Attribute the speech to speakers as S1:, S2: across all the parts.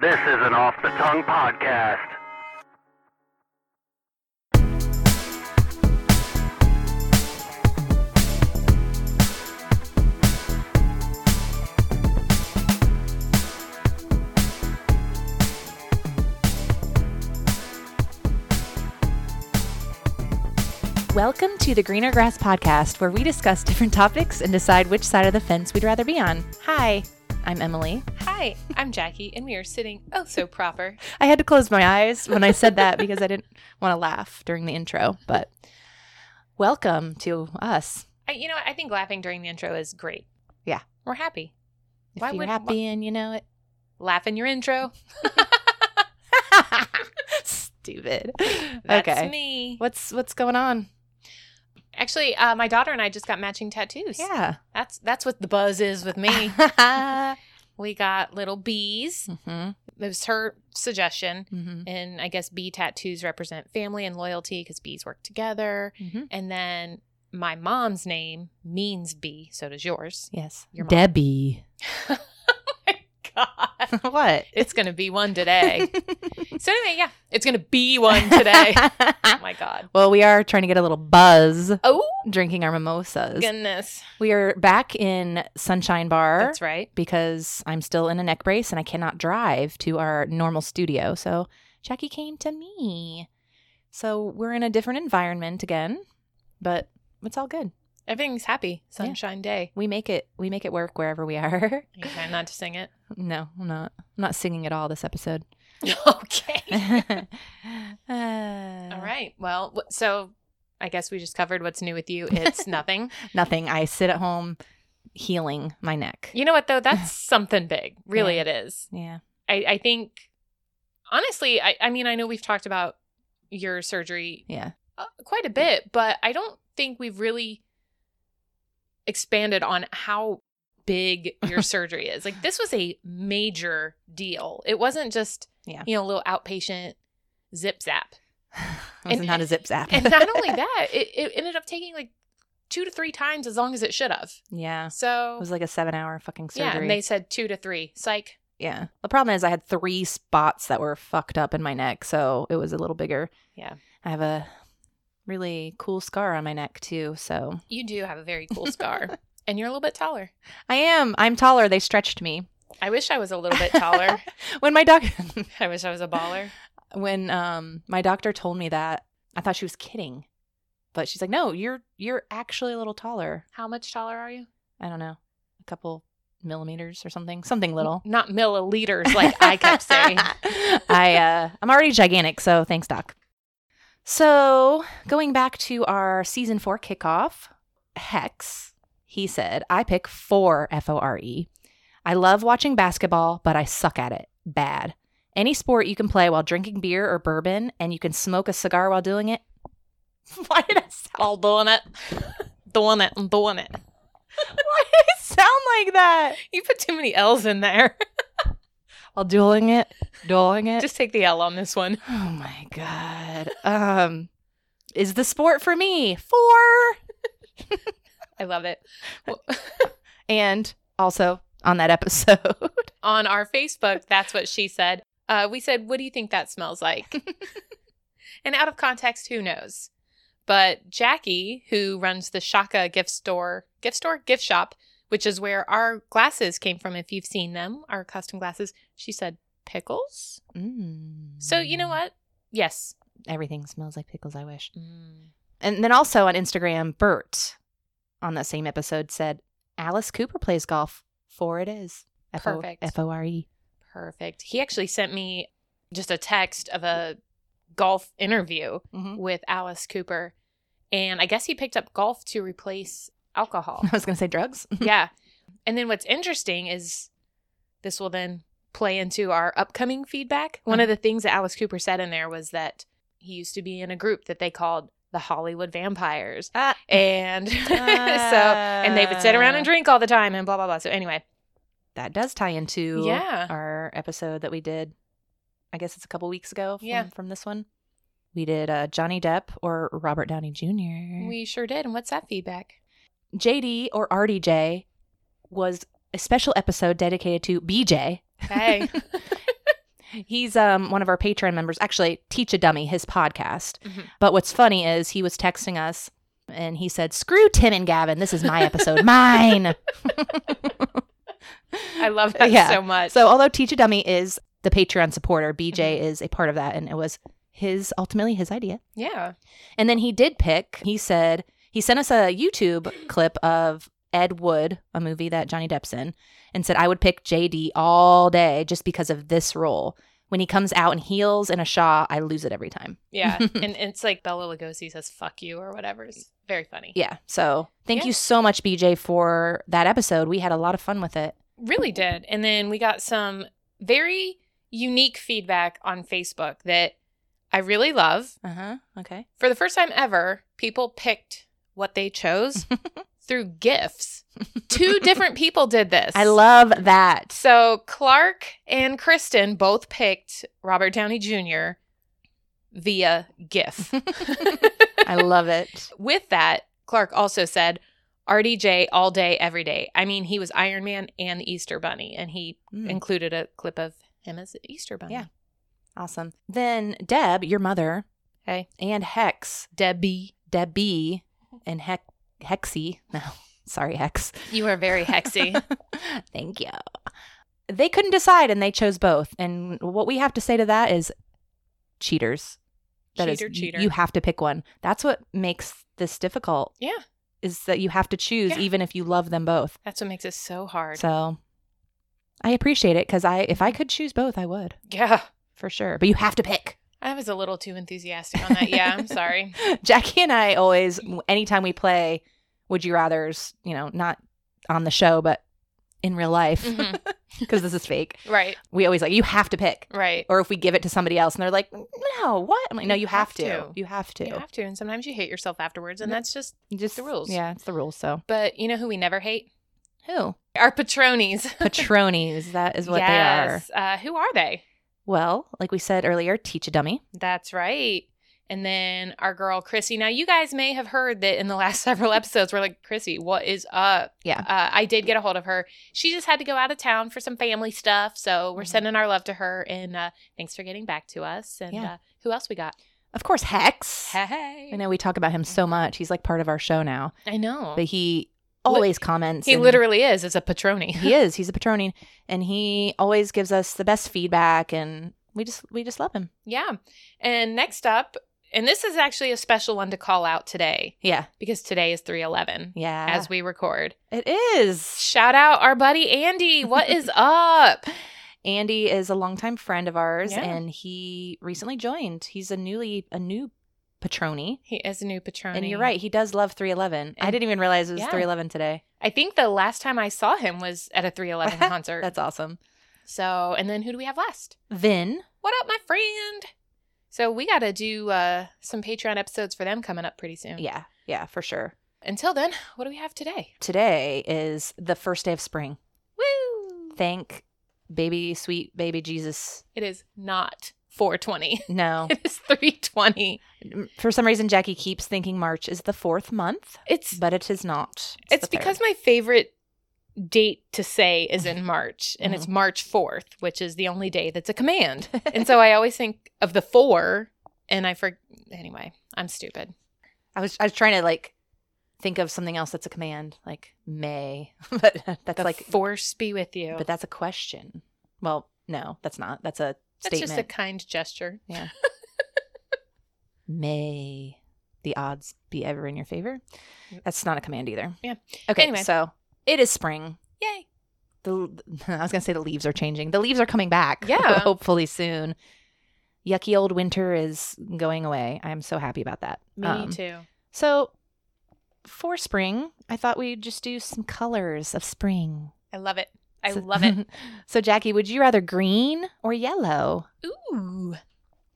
S1: This is an off the tongue podcast.
S2: Welcome to the Greener Grass Podcast, where we discuss different topics and decide which side of the fence we'd rather be on. Hi, I'm Emily.
S3: Hi, I'm Jackie, and we are sitting oh so proper.
S2: I had to close my eyes when I said that because I didn't want to laugh during the intro, but welcome to us.
S3: I, you know, I think laughing during the intro is great.
S2: Yeah.
S3: we're happy.
S2: If
S3: Why
S2: you're
S3: would-
S2: happy and you know it,
S3: Laugh in your intro.
S2: stupid.
S3: That's
S2: okay.
S3: me.
S2: What's what's going on?
S3: Actually, uh, my daughter and I just got matching tattoos.
S2: Yeah.
S3: that's that's what the buzz is with me.
S2: mm-hmm.
S3: we got little bees. It was her suggestion,
S2: Mm-hmm.
S3: and I guess bee tattoos represent family and loyalty because bees work together.
S2: Mm-hmm.
S3: And then my mom's name means bee, so does yours.
S2: Yes.
S3: Your mom.
S2: Debbie.
S3: God,
S2: what?
S3: it's gonna be one today. So anyway, yeah, it's gonna be one today. oh my god.
S2: well, we are trying to get a little buzz
S3: Oh
S2: drinking our mimosas.
S3: goodness.
S2: We are back in Sunshine Bar
S3: That's right.
S2: because I'm still in a neck brace and I cannot drive to our normal studio. So Jackie came to me. So we're in a different environment again, but it's all good.
S3: Everything's happy. Sunshine day.
S2: We make it we make it work wherever we are.
S3: Are you trying not to sing it?
S2: no, I'm not I'm not singing at all this episode.
S3: okay.
S2: all
S3: All right. Well, wh- so I guess we just covered what's new with you. It's nothing.
S2: Nothing. I sit at home healing my neck.
S3: You know what though? That's something big. Really
S2: Yeah.
S3: it is.
S2: Yeah.
S3: I, I think honestly, I, I mean I know we've talked about your surgery
S2: Yeah.
S3: uh, quite a bit, but I don't think we've really expanded on how big your surgery is. Like this was a major deal. It wasn't just
S2: Yeah.
S3: you know a little outpatient zip zap.
S2: It's
S3: And-
S2: not a zip zap.
S3: And not only that, it, it ended up taking like two to three times as long as it should have.
S2: yeah. It
S3: So
S2: was like a seven hour fucking surgery.
S3: yeah, and they said two to three. Psych.
S2: yeah. The problem is I had three spots that were fucked up in my neck, so it was a little bigger.
S3: Yeah.
S2: I have a really cool scar on my neck too, so
S3: You do have a very cool scar, and you're a little bit taller.
S2: I am. I'm taller. They stretched me.
S3: I wish I was a little bit taller.
S2: When my doc
S3: I wish I was a baller.
S2: when um my doctor told me that, I thought she was kidding. But she's like, No, you're you're actually a little taller.
S3: How much taller are you?
S2: I don't know, a couple millimeters or something. Something little.
S3: Not milliliters, like I kept saying.
S2: I uh, I'm already gigantic, so thanks, Doc. So going back to our season four kickoff, Hex, he said, I pick four F O R E. I love watching basketball, but I suck at it. Bad. Any sport you can play while drinking beer or bourbon and you can smoke a cigar while doing it. Why did I sound,
S3: all doing it, doing it, and doing it.
S2: why did I sound like that?
S3: You put too many L's in there.
S2: While doing it, doing it.
S3: Just take the L on this one.
S2: Oh my god. Um is the sport for me? Four.
S3: I love it. Well,
S2: And also on that episode.
S3: on our Facebook, that's what she said. Uh, we said, "What do you think that smells like?" and out of context, who knows? But Jackie, who runs the Shaka gift store, gift store, gift shop, which is where our glasses came from, if you've seen them, our custom glasses, she said pickles.
S2: Mm.
S3: So you know what? Yes.
S2: Everything smells like pickles, I wish.
S3: Mm.
S2: And then also on Instagram, Bert on that same episode said Alice Cooper plays golf. Four it is. F-O-
S3: Perfect.
S2: F O R E.
S3: Perfect. He actually sent me just a text of a golf interview
S2: Mhm.
S3: with Alice Cooper. And I guess he picked up golf to replace alcohol.
S2: I was gonna say drugs.
S3: yeah. And then what's interesting is this will then play into our upcoming feedback. One of the things that Alice Cooper said in there was that he used to be in a group that they called the Hollywood Vampires.
S2: Ah.
S3: And so, and they would sit around and drink all the time and blah, blah, blah. So, anyway,
S2: That does tie into
S3: yeah.
S2: our episode that we did i guess it's a couple weeks ago from,
S3: Yeah.
S2: from this one we did uh, johnny depp or robert downey jr
S3: We sure did. And what's that feedback?
S2: jd or rdj was a special episode dedicated to bj
S3: Hey.
S2: He's um one of our Patreon members. Actually, Teach a Dummy, his podcast.
S3: Mhm.
S2: But what's funny is he was texting us and he said, "Screw Tim and Gavin. This is my episode, mine."
S3: I love that
S2: Yeah.
S3: so much.
S2: Uh, So, although Teach a Dummy is the Patreon supporter, BJ is a part of that, and it was his ultimately his idea.
S3: yeah.
S2: And then he did pick. He said he sent us a YouTube clip of Ed Wood, a movie that Johnny Depp's in, and said I would pick JD all day just because of this role. When he comes out in heels and a shaw, I lose it every time.
S3: Yeah. and, and it's like Bella Lugosi says fuck you or whatever. It's very funny.
S2: Yeah. So thank
S3: Yeah.
S2: you so much, BJ, for that episode. We had a lot of fun with it.
S3: Really did. And then we got some very unique feedback on Facebook that I really love.
S2: Uh huh. Okay.
S3: For the first time ever, people picked what they chose through gifts. Two different people did this.
S2: I love that.
S3: So Clark and Kristen both picked Robert Downey Jr. via GIF.
S2: I love it.
S3: With that, Clark also said, RDJ all day, every day. I mean, he was Iron Man and the Easter Bunny, and he
S2: Mm.
S3: included a clip of him as the Easter Bunny.
S2: Yeah. Awesome. Then Deb, your mother,
S3: Hey.
S2: and Hex,
S3: Debbie.
S2: Debbie, and Hex, Hexy. No, sorry, Hex.
S3: You are very hexy.
S2: Thank you. They couldn't decide, and they chose both. And what we have to say to that is, cheaters. That is,
S3: Cheater,
S2: you-
S3: cheater.
S2: You have to pick one. That's what makes this difficult.
S3: Yeah.
S2: is that you have to choose,
S3: Yeah.
S2: even if you love them both.
S3: That's what makes it so hard.
S2: So, I appreciate it because I, if I could choose both, I would
S3: yeah.
S2: for sure. But you have to pick.
S3: I was a little too enthusiastic on that. Yeah, I'm sorry.
S2: Jackie and I always, anytime we play Would You Rather's, you know, not on the show, but in real life, because
S3: Mhm.
S2: this is fake,
S3: Right,
S2: we always like, you have to pick.
S3: right.
S2: Or if we give it to somebody else and they're like, no, what? I'm like, no, you, have, to. You have to.
S3: You have to, and sometimes you hate yourself afterwards, and
S2: Yeah.
S3: that's just.
S2: You Just
S3: The rules.
S2: Yeah, it's the rules. So,
S3: But you know who we never hate?
S2: who?
S3: Our patronies.
S2: Patronies, that is what
S3: yes.
S2: they are.
S3: Uh, who are they?
S2: Well, like we said earlier, teach a dummy.
S3: That's right. And then our girl Chrissy. Now you guys may have heard that in the last several episodes, we're like, Chrissy, what is up?
S2: Yeah.
S3: Uh, I did get a hold of her. She just had to go out of town for some family stuff, so we're
S2: Mhm.
S3: sending our love to her. And uh, thanks for getting back to us. And
S2: Yeah.
S3: uh, who else we got?
S2: Of course, Hex.
S3: Hey.
S2: I know we talk about him so much. He's like part of our show now,
S3: I know.
S2: but he
S3: Li-
S2: always comments.
S3: He
S2: and-
S3: literally is. It's a Patroni.
S2: he is he's a patronian and he always gives us the best feedback and we just we just love him
S3: Yeah. And next up, and this is actually a special one to call out today
S2: yeah
S3: because today is 311
S2: yeah
S3: as we record.
S2: it is
S3: Shout out our buddy Andy. What is up?
S2: andy is a longtime friend of ours
S3: Yeah.
S2: and he recently joined he's a newly a new patroni
S3: He is a new Patroni.
S2: and you're right he does love 311 i
S3: And-
S2: didn't even realize it was
S3: Yeah.
S2: 311 today
S3: I think the last time I saw him was at a 311 concert.
S2: that's awesome
S3: so, and then who do we have last?
S2: vin
S3: What up, my friend? So, we got to do uh, some Patreon episodes for them coming up pretty soon.
S2: yeah yeah for sure
S3: Until then, what do we have today?
S2: today is the first day of spring
S3: Woo!
S2: thank baby sweet baby jesus
S3: It is not 420.
S2: no
S3: It is 320.
S2: for some reason jackie keeps thinking march is the fourth month
S3: It's
S2: but it is not. the
S3: It's
S2: third.
S3: because my favorite date to say is in March, and
S2: Uh-huh.
S3: it's March 4th, which is the only day that's a command. and so I always think of the four, and I for anyway, I'm stupid.
S2: I was I was trying to like think of something else that's a command, like May, but that's
S3: The
S2: like,
S3: force be with you.
S2: but that's a question. Well, no, that's not. That's a
S3: that's
S2: statement.
S3: just a kind gesture.
S2: May the odds be ever in your favor.
S3: Yep.
S2: That's not a command either.
S3: Yeah.
S2: Okay.
S3: Anyway.
S2: So it is spring.
S3: Yay.
S2: The I was gonna say the leaves are changing. The leaves are coming back.
S3: Yeah.
S2: Hopefully soon. Yucky old winter is going away. I'm so happy about that.
S3: Me
S2: Um,
S3: too.
S2: So for spring, I thought we'd just do some colors of spring.
S3: I love it. I
S2: So-
S3: love it.
S2: so Jackie, would you rather green or yellow?
S3: Ooh.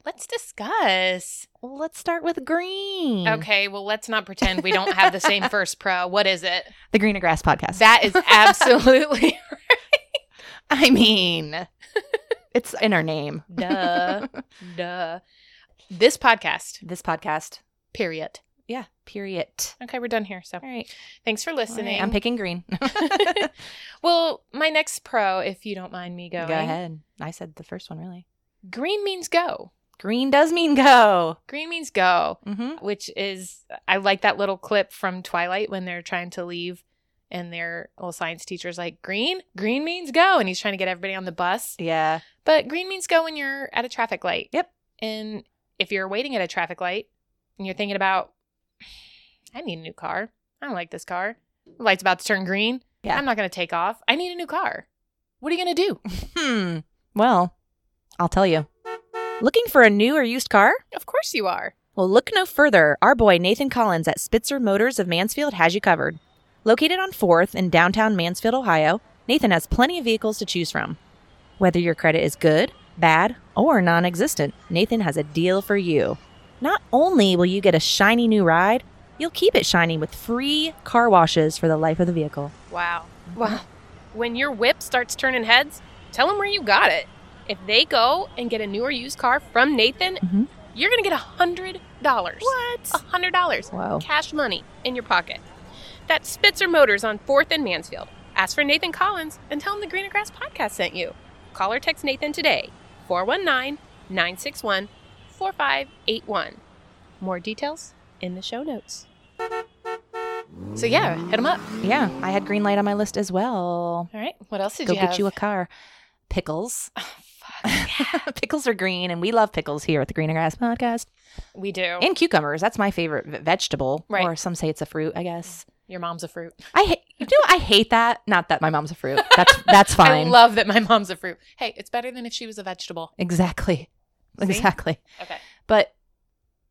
S3: Let's discuss.
S2: Well, let's start with green.
S3: Okay, well, let's not pretend we don't have the same first pro. What is it?
S2: The Greener Grass podcast.
S3: That is absolutely
S2: I mean, it's in our name.
S3: duh, duh. This podcast,
S2: This podcast.
S3: period.
S2: Yeah. Period.
S3: Okay, we're done here. So
S2: All right.
S3: thanks for
S2: All right,
S3: listening.
S2: I'm picking green. Go
S3: well, my next pro, if you don't mind me going,
S2: ahead. I said the first one really.
S3: Green means go.
S2: Green does mean go.
S3: Green means go,
S2: Mm-hmm.
S3: which is, I like that little clip from Twilight when they're trying to leave and their little science teacher's like, Green? Green means go. And he's trying to get everybody on the bus.
S2: Yeah.
S3: But green means go when you're at a traffic light.
S2: Yep.
S3: And if you're waiting at a traffic light and you're thinking about, I need a new car. I don't like this car. The light's about to turn green.
S2: Yeah.
S3: I'm not going to take off. I need a new car. What are you going to do?
S2: Hmm. Well, I'll tell you. Looking for a new or used car?
S3: of course you are.
S2: Well, look no further. Our boy Nathan Collins at Spitzer Motors of Mansfield has you covered. Located on 4th in downtown Mansfield, Ohio, Nathan has plenty of vehicles to choose from. Whether your credit is good, bad, or non existent, Nathan has a deal for you. Not only will you get a shiny new ride, you'll keep it shiny with free car washes for the life of the vehicle.
S3: Wow. Wow. When your whip starts turning heads, tell them where you got it. If they go and get a newer used car from Nathan,
S2: Mhm.
S3: you're going to get a $100.
S2: What?
S3: $100.
S2: Whoa.
S3: cash money in your pocket. That's Spitzer Motors on 4th and Mansfield. Ask for Nathan Collins and tell him the Greener Grass podcast sent you. Call or text Nathan today, 419 961 4581. More details in the show notes. So, yeah, hit him up.
S2: Oh, Yeah, I had green light on my list as well.
S3: All right. What else did
S2: Go
S3: you
S2: get
S3: have?
S2: you a car. Pickles.
S3: Oh, fuck.
S2: pickles are green, and we love pickles here at the Green and Grass Podcast.
S3: We do.
S2: And cucumbers. That's my favorite v- vegetable.
S3: Oh. Right. Mm.
S2: Or some say it's a fruit, I guess.
S3: Your mom's a fruit.
S2: I hate, you know, I hate that. Not that my mom's a fruit. That's that's fine.
S3: I love that my mom's a fruit. Hey, it's better than if she was a vegetable.
S2: exactly.
S3: See?
S2: Exactly.
S3: Okay.
S2: But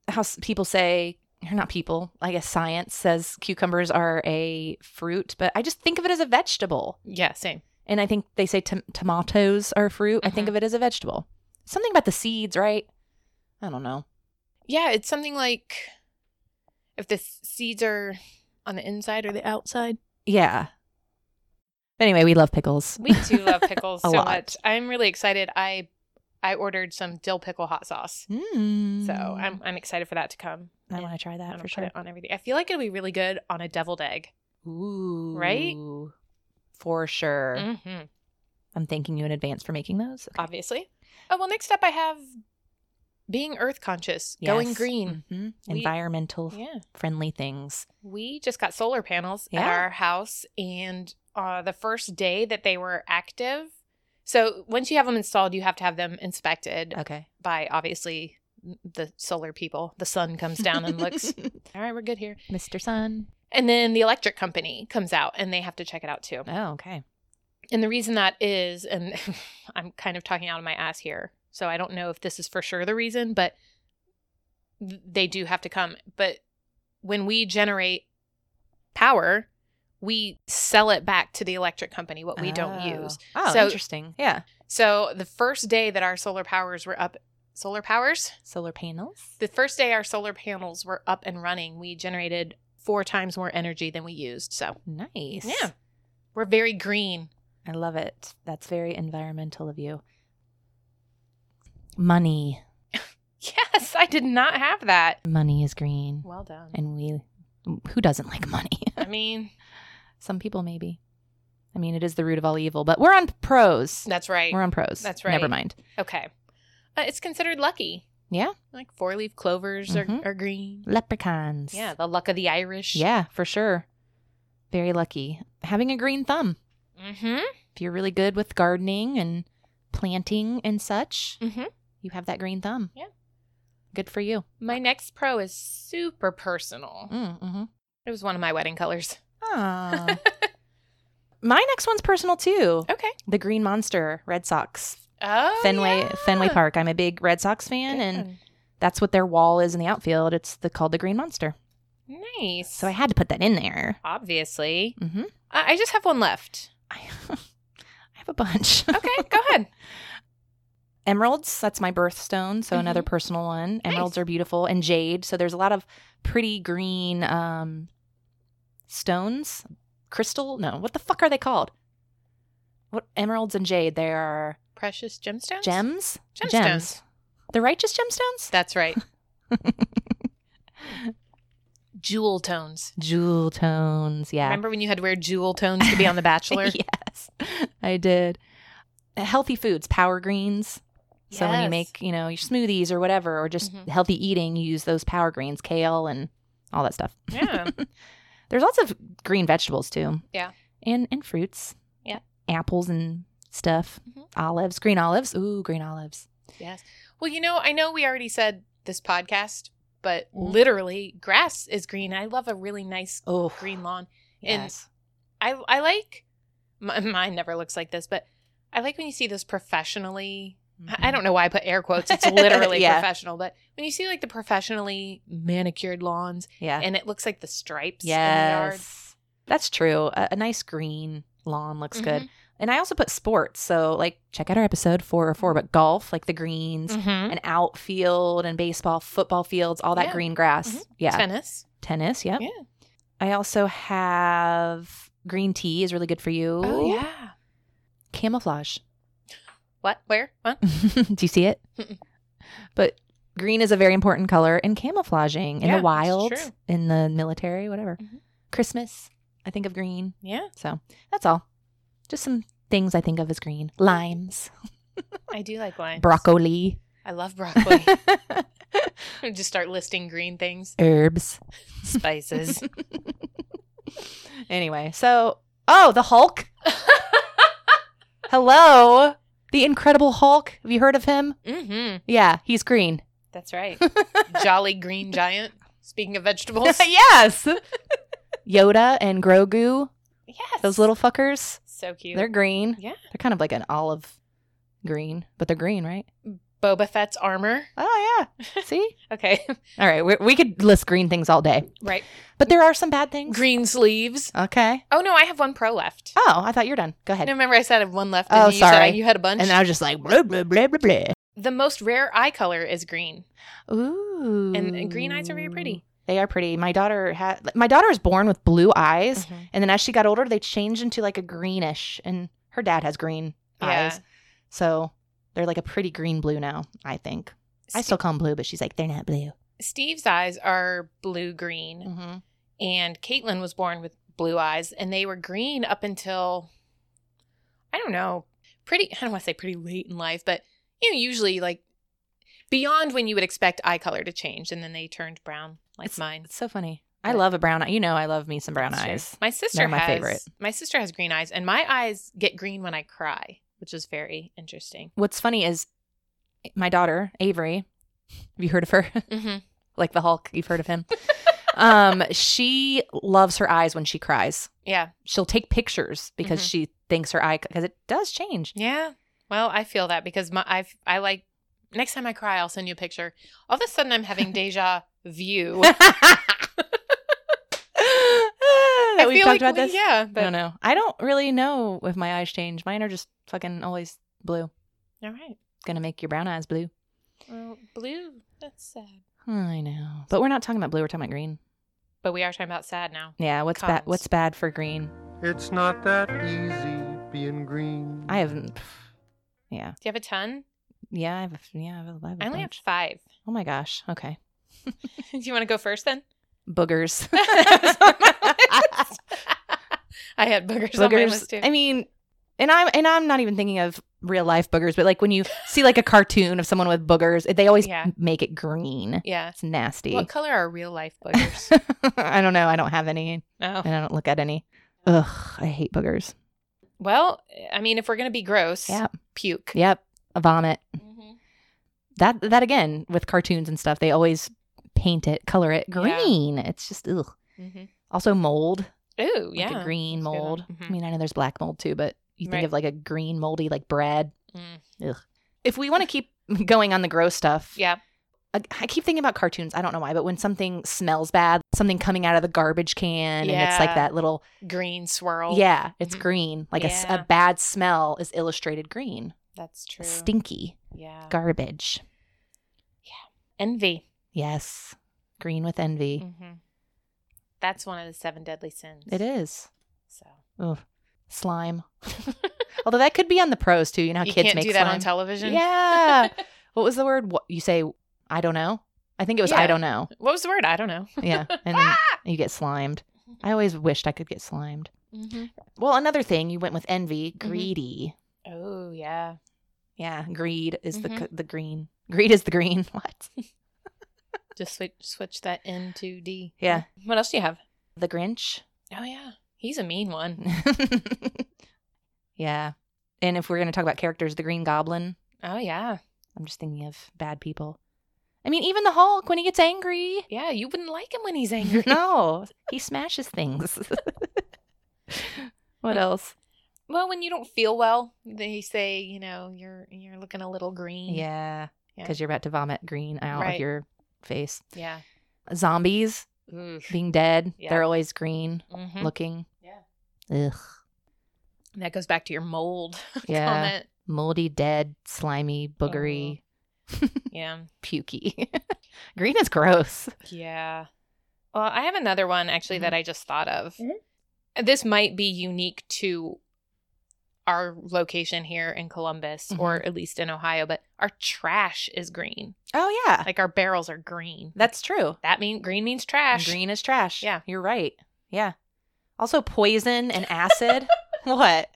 S2: how s- people say, or not people, I guess science says cucumbers are a fruit, but I just think of it as a vegetable.
S3: Yeah, same.
S2: And I think they say tom- tomatoes are fruit. I think
S3: Mhm.
S2: of it as a vegetable. Something about the seeds, right? I don't know.
S3: Yeah, it's something like if the s- seeds are on the inside or the outside.
S2: Yeah. Anyway, we love pickles.
S3: We do love pickles
S2: A
S3: so
S2: lot.
S3: much. I'm really excited. I I ordered some dill pickle hot sauce.
S2: Mm.
S3: So I'm I'm excited for that to come.
S2: I want to try
S3: I'm
S2: that
S3: gonna
S2: for
S3: put
S2: sure.
S3: it on everything. I feel like it'll be really good on a deviled egg.
S2: Ooh.
S3: Right?
S2: For sure.
S3: Mm-hmm.
S2: I'm thanking you in advance for making those. Okay.
S3: Obviously. Oh well. Next up, I have being earth conscious, going
S2: Yes.
S3: green.
S2: Mhm.
S3: We-
S2: Environmental
S3: Yeah.
S2: friendly things.
S3: We just got solar panels at
S2: Yeah.
S3: our house, and uh, the first day that they were active. So once you have them installed, you have to have them inspected
S2: Okay.
S3: by obviously the solar people. The sun comes down and looks, all right, we're good here.
S2: Mr. Sun.
S3: And then the electric company comes out and they have to check it out too.
S2: Oh, okay.
S3: And the reason that is, and I'm kind of talking out of my ass here, so I don't know if this is for sure the reason, but th- they do have to come. But when we generate power, we sell it back to the electric company, what we don't
S2: Oh.
S3: use.
S2: Oh,
S3: So-
S2: interesting. Yeah.
S3: So the first day that our solar powers were up, solar powers?
S2: Solar panels.
S3: The first day our solar panels were up and running, we generated four times more energy than we used. So
S2: Nice.
S3: Yeah. we're very green.
S2: I love it. That's very environmental of you. Money.
S3: Yes, I did not have that.
S2: Money is green.
S3: Well done.
S2: And we, who doesn't like money?
S3: I mean,
S2: Some people maybe. I mean, it is the root of all evil, but we're on pros.
S3: that's right.
S2: We're on pros.
S3: That's
S2: Never
S3: right.
S2: mind.
S3: Okay. Uh, it's considered lucky.
S2: Yeah.
S3: Like four leaf clovers
S2: Mhm.
S3: are, are green.
S2: Leprechauns.
S3: Yeah, the luck of the Irish.
S2: Yeah, for sure. Very lucky. Having a green thumb.
S3: Mm-hmm.
S2: If you're really good with gardening and planting and such,
S3: Mm-hmm.
S2: you have that green thumb.
S3: Yeah.
S2: Good for you.
S3: My next pro is super personal.
S2: Mm-hmm.
S3: It was one of my wedding colors.
S2: Ah. My next one's personal too.
S3: Okay.
S2: The Green Monster, Red Sox,
S3: Oh.
S2: Fenway
S3: yeah.
S2: Fenway Park. I'm a big Red Sox fan, and that's what their wall is in the outfield. It's the, called the Green Monster.
S3: Good. nice.
S2: So I had to put that in there.
S3: obviously.
S2: Mm-hmm.
S3: I, I just have one left.
S2: I, I have a bunch.
S3: Okay, go ahead.
S2: Emeralds, that's my birthstone. So another personal one.
S3: Mm-hmm. Nice.
S2: Emeralds are beautiful. And jade. So there's a lot of pretty green um, stones. Crystal? No. What the fuck are they called? What emeralds and jade? They are
S3: Precious gemstones.
S2: gems?
S3: Gemstones.
S2: The righteous gemstones?
S3: That's right. Jewel tones.
S2: Jewel tones. Yeah.
S3: Remember when you had to wear jewel tones to be on The Bachelor?
S2: yes. I did. Healthy foods, power greens. So when you
S3: Yes.
S2: make, you know, your smoothies or whatever, or just
S3: Mhm.
S2: healthy eating, you use those power greens, kale and all that stuff.
S3: Yeah.
S2: There's lots of green vegetables too.
S3: Yeah.
S2: And and fruits.
S3: Yeah.
S2: Apples and stuff.
S3: Mhm.
S2: Olives, green olives. Ooh, green olives.
S3: yes. Well, you know, I know we already said this podcast, but
S2: Mhm.
S3: literally grass is green. I love a really nice
S2: Oh,
S3: green lawn. and-
S2: Yes.
S3: I I like my, mine never looks like this, but I like when you see those professionally. I I don't know why I put air quotes. It's literally
S2: Yeah.
S3: professional, but when you see like the professionally manicured lawns
S2: Mm-hmm. Yeah.
S3: and it looks like the stripes in the yard.
S2: Yes. That's true. A, a nice green lawn looks good.
S3: Mm-hmm.
S2: And I also put sports. So, like, check out our episode four or four, but golf, like the greens,
S3: Mhm.
S2: an outfield and baseball, football fields, all that
S3: Yeah.
S2: green grass.
S3: Mhm.
S2: Yeah.
S3: Tennis.
S2: Tennis. Yep.
S3: Yeah.
S2: I also have green tea is really good for you.
S3: Oh yeah.
S2: Camouflage.
S3: What? Where? What?
S2: Do you see it?
S3: Mm-mm.
S2: but green is a very important color in camouflaging in
S3: Yeah,
S2: the
S3: it's
S2: wild,
S3: true.
S2: in the military, whatever.
S3: Mhm.
S2: Christmas, I think of green.
S3: Yeah.
S2: So that's all. Just some things I think of as green limes,
S3: I do like lines.
S2: broccoli,
S3: I love broccoli. Just start listing green things,
S2: herbs.
S3: spices.
S2: Anyway, so, oh, the Hulk. Hello. The Incredible Hulk. Have you heard of him?
S3: mm-hmm.
S2: Yeah, he's green.
S3: That's right. Jolly green giant. Speaking of vegetables.
S2: yes. Yoda and Grogu,
S3: Yes.
S2: those little fuckers,
S3: So cute.
S2: they're green.
S3: Yeah.
S2: They're kind of like an olive green, but they're green, right?
S3: Boba Fett's armor.
S2: Oh, yeah. See?
S3: Okay.
S2: All right. We, we could list green things all day,
S3: right.
S2: but there are some bad things.
S3: Green sleeves.
S2: Okay.
S3: Oh, no, I have one pro left.
S2: Oh, I thought you were done. Go ahead.
S3: And remember, I said I have one left.
S2: Oh,
S3: and you said
S2: sorry.
S3: I- you had a bunch.
S2: And I was just like, blah, blah, blah, blah, blah.
S3: the most rare eye color is green.
S2: Ooh.
S3: and uh, green eyes are very pretty.
S2: They are pretty. My daughter had my daughter was born with blue eyes,
S3: Mm-hmm.
S2: and then as she got older, they changed into like a greenish. And her dad has green eyes, so they're like a pretty green blue now. I think I
S3: Ste-
S2: still call them blue, but she's like they're not blue.
S3: Steve's eyes are blue green,
S2: Mm-hmm.
S3: and Caitlin was born with blue eyes, and they were green up until, I don't know, pretty, I don't want to say pretty late in life, but you know, usually like beyond when you would expect eye color to change, and then they turned brown like
S2: It's-
S3: mine.
S2: It's so funny. I
S3: But-
S2: love a brown eye. You know, I love me some brown
S3: That's true.
S2: eyes.
S3: My sister
S2: They're my
S3: my has
S2: favorite.
S3: my sister has green eyes, and my eyes get green when I cry, which is very interesting.
S2: What's funny is my daughter Avery. Have you heard of her?
S3: Mm-hmm.
S2: like the Hulk, you've heard of him. um, she loves her eyes when she cries.
S3: Yeah,
S2: she'll take pictures because
S3: Mhm.
S2: she thinks her eye because it does change.
S3: yeah. Well, I feel that because my I I like next time I cry, I'll send you a picture. All of a sudden, I'm having deja vu. I
S2: that we've
S3: feel
S2: talked
S3: like
S2: about
S3: we-
S2: this.
S3: Yeah,
S2: I don't
S3: but
S2: know. I don't really know if my eyes change. Mine are just fucking always blue.
S3: all right.
S2: It's gonna make your brown eyes blue.
S3: Well, blue. That's sad.
S2: I know, but we're not talking about blue. We're talking about green.
S3: But we are talking about sad now.
S2: Yeah, what's
S3: Cons.
S2: bad? What's bad for green?
S1: It's not that easy being green.
S2: I haven't. Yeah,
S3: Do you have a ton?
S2: yeah, I have. A, yeah, I have. A, I have a
S3: I only have
S2: bunch.
S3: five.
S2: Oh my gosh. Okay.
S3: Do you want to go first then?
S2: Boogers.
S3: I had boogers, on my list too.
S2: I mean, and I'm and I'm not even thinking of real life boogers, but like when you see like a cartoon of someone with boogers, they always
S3: Yeah.
S2: m- make it green.
S3: yeah.
S2: It's nasty.
S3: What color are real life boogers?
S2: I don't know. I don't have any,
S3: oh.
S2: and I don't look at any. Ugh, I hate boogers.
S3: Well, I mean, if we're gonna be gross,
S2: Yeah.
S3: puke.
S2: Yep, a vomit.
S3: Mhm.
S2: That that again with cartoons and stuff, they always paint it, color it
S3: Yeah.
S2: green. It's just ugh.
S3: Mhm.
S2: Also mold,
S3: Ooh,
S2: like
S3: yeah.
S2: a green
S3: Let's go
S2: mold.
S3: there. Mhm.
S2: I mean, I know there's black mold too, but you think
S3: Right.
S2: of like a green moldy like bread.
S3: Mm.
S2: if we want to keep going on the gross stuff,
S3: Yeah.
S2: I, I keep thinking about cartoons. I don't know why, but when something smells bad, something coming out of the garbage can, and it's like
S3: Yeah.
S2: that little
S3: Green swirl.
S2: yeah, it's
S3: Mhm.
S2: green. Like a s a a,
S3: Yeah.
S2: bad smell is illustrated green,
S3: That's true.
S2: stinky
S3: yeah.
S2: garbage.
S3: Envy.
S2: Yes, green with envy.
S3: hmm That's one of the seven deadly sins.
S2: Mm. It is
S3: So
S2: Ugh. slime. Although that could be on the pros too. You know how
S3: you
S2: kids
S3: can't
S2: make
S3: do that on
S2: slime?
S3: television.
S2: Yeah. what was the word? What you say? I don't know. I think it was I
S3: Yeah.
S2: don't know.
S3: What was the word? I don't know.
S2: Yeah, and you get slimed. I always wished I could get slimed.
S3: Mhm.
S2: Mm-hmm. Well, another thing you went with envy, greedy.
S3: Oh yeah.
S2: Mm-hmm. Yeah, greed is the
S3: Mhm.
S2: co- the green. Greed is the green. What?
S3: Just switch switch that N to D.
S2: Yeah.
S3: What else do you have?
S2: The Grinch.
S3: Oh yeah, he's a mean one.
S2: yeah. And if we're going to talk about characters, the Green Goblin.
S3: Oh yeah,
S2: I'm just thinking of bad people. I mean, even the Hulk when he gets angry.
S3: yeah. You wouldn't like him when he's angry.
S2: no, he smashes things. what else?
S3: Well, when you don't feel well, they say you know you're you're looking a little green.
S2: Yeah,
S3: Yeah.
S2: because you're about to vomit green out
S3: Right.
S2: of your face.
S3: yeah.
S2: Zombies being dead,
S3: Yeah.
S2: they're always green
S3: Mhm.
S2: looking.
S3: Yeah.
S2: Ugh.
S3: And that goes back to your mold
S2: Yeah. Oh.
S3: comment.
S2: Moldy, dead, slimy, boogery,
S3: Yeah.
S2: pukey. green is gross.
S3: Yeah. Well, I have another one actually that
S2: Mm-hmm.
S3: I just thought of. This might be unique to our location here in Columbus
S2: Mm-hmm.
S3: or at least in Ohio, but our trash is green.
S2: Oh, yeah.
S3: Like our barrels are green.
S2: That's true.
S3: That mean green means trash.
S2: Green is trash.
S3: Yeah.
S2: You're right. Yeah. Also, poison and acid. what?